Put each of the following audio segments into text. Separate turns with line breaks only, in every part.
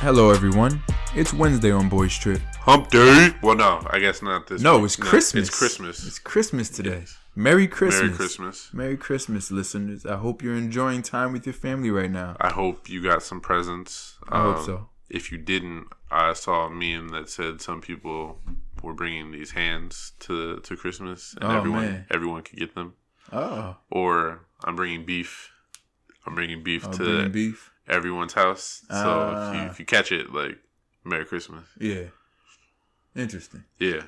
Hello, everyone. It's Wednesday on Boys Trip.
Hump Day. Well, no, I guess not this.
No,
week.
it's Christmas.
It's Christmas.
It's Christmas today. Merry Christmas.
Merry Christmas.
Merry Christmas, listeners. I hope you're enjoying time with your family right now.
I hope you got some presents. Um,
I hope so.
If you didn't, I saw a meme that said some people were bringing these hands to to Christmas, and
Oh,
everyone
man.
everyone could get them.
Oh,
Or I'm bringing beef. I'm bringing beef
oh
to
bringing beef.
everyone's house. So if, you,
Ah.
if you catch it, like Merry Christmas.
Yeah. Interesting.
Yeah,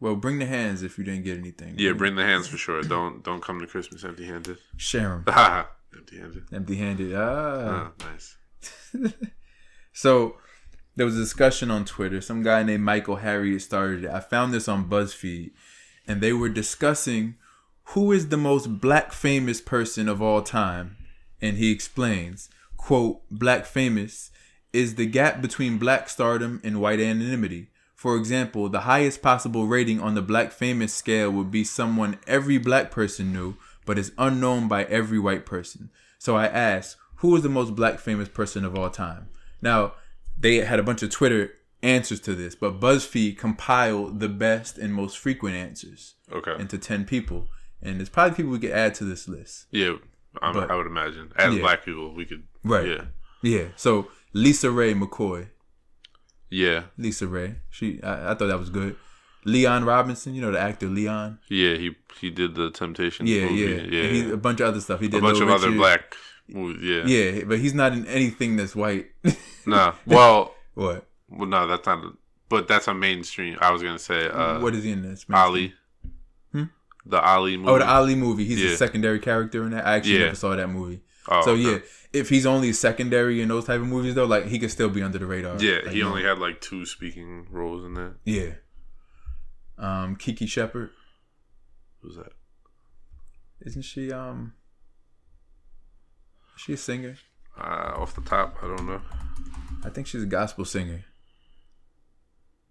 Well, bring the hands if you didn't get anything.
yeah. Bring the hands for sure. Don't don't come to Christmas empty-handed.
Share them.
empty-handed.
Empty-handed.
Oh,
Ah.
nice.
So there was a discussion on Twitter. Some guy named Michael Harriet started it. I found this on BuzzFeed, and they were discussing who is the most black famous person of all time. And he explains, quote, black famous is the gap between black stardom and white anonymity. For example, the highest possible rating on the black famous scale would be someone every black person knew, but is unknown by every white person. So I asked, who is the most black famous person of all time? Now, they had a bunch of Twitter answers to this, but BuzzFeed compiled the best and most frequent answers
Okay.
into 10 people. And there's probably people we could add to this list.
Yeah, I'm,
But-
I would imagine as
Yeah.
black people, we could.
Right.
Yeah.
Yeah. So Lisa Ray McCoy.
Yeah.
Lisa Ray. She I, I thought that was good. Leon Robinson, you know the actor Leon.
Yeah. He he did the Temptation.
Yeah,
movie.
yeah.
yeah.
And he, a bunch of other stuff. He did
a bunch of
Little
other
Richard.
black movies. Yeah.
Yeah, but he's not in anything that's white.
Nah. Well,
what?
well, no, that's not. A, but that's a mainstream. I was gonna say uh,
what is he in this?
Ali.
Hmm?
The Ali movie.
Oh, the Ali movie. He's
Yeah.
a secondary character in that. I actually
Yeah.
never saw that movie.
Oh,
so
okay.
yeah, if he's only secondary in those type of movies though, like he could still be under the radar.
Yeah,
Like,
he
you know.
only had like two speaking roles in that.
Yeah. Um, Kiki Shepard,
Who's that?
isn't she? Um, is she a singer.
Uh, off the top, I don't know.
I think she's a gospel singer.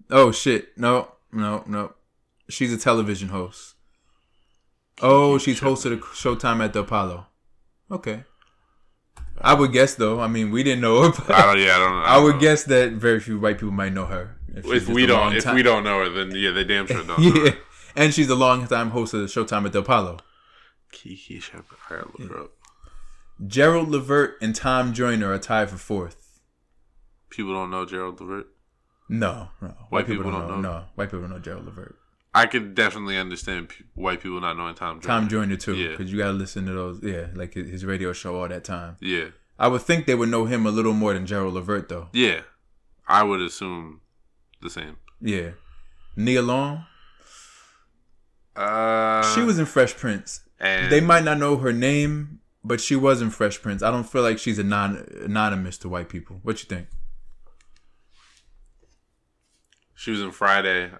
Oh shit! No, no, no. She's a television host. Oh, she's hosted a Showtime at the Apollo. Okay. I would guess though. I mean, we didn't know her. But
I don't, yeah, I don't know.
I would
don't know.
guess that very few white people might know her. she's
if
just
we
a
don't
long
if
time-
we don't know her, then yeah, they damn sure don't. know
yeah.
her.
And she's a long-time host of the Showtime at the Apollo.
Kiki Shepard. I gotta look her up.
Gerald Levert and Tom Joyner are tied for fourth.
People don't know Gerald Levert.
No, no. White, people, don't know.
him.
No, white people know Gerald Levert.
I could definitely understand p- white people not knowing Tom.
Tom
Jones.
Joyner too,
Yeah.
because you gotta listen to those. Yeah, like his his radio show all that time.
Yeah,
I would think they would know him a little more than Gerald Levert though.
yeah. I would assume the same.
Yeah, Nia Long,
Uh,
she was in Fresh Prince.
And
They might not know her name, but she was in Fresh Prince. I don't feel like she's a non anonymous to white people. What you think?
She was in Friday.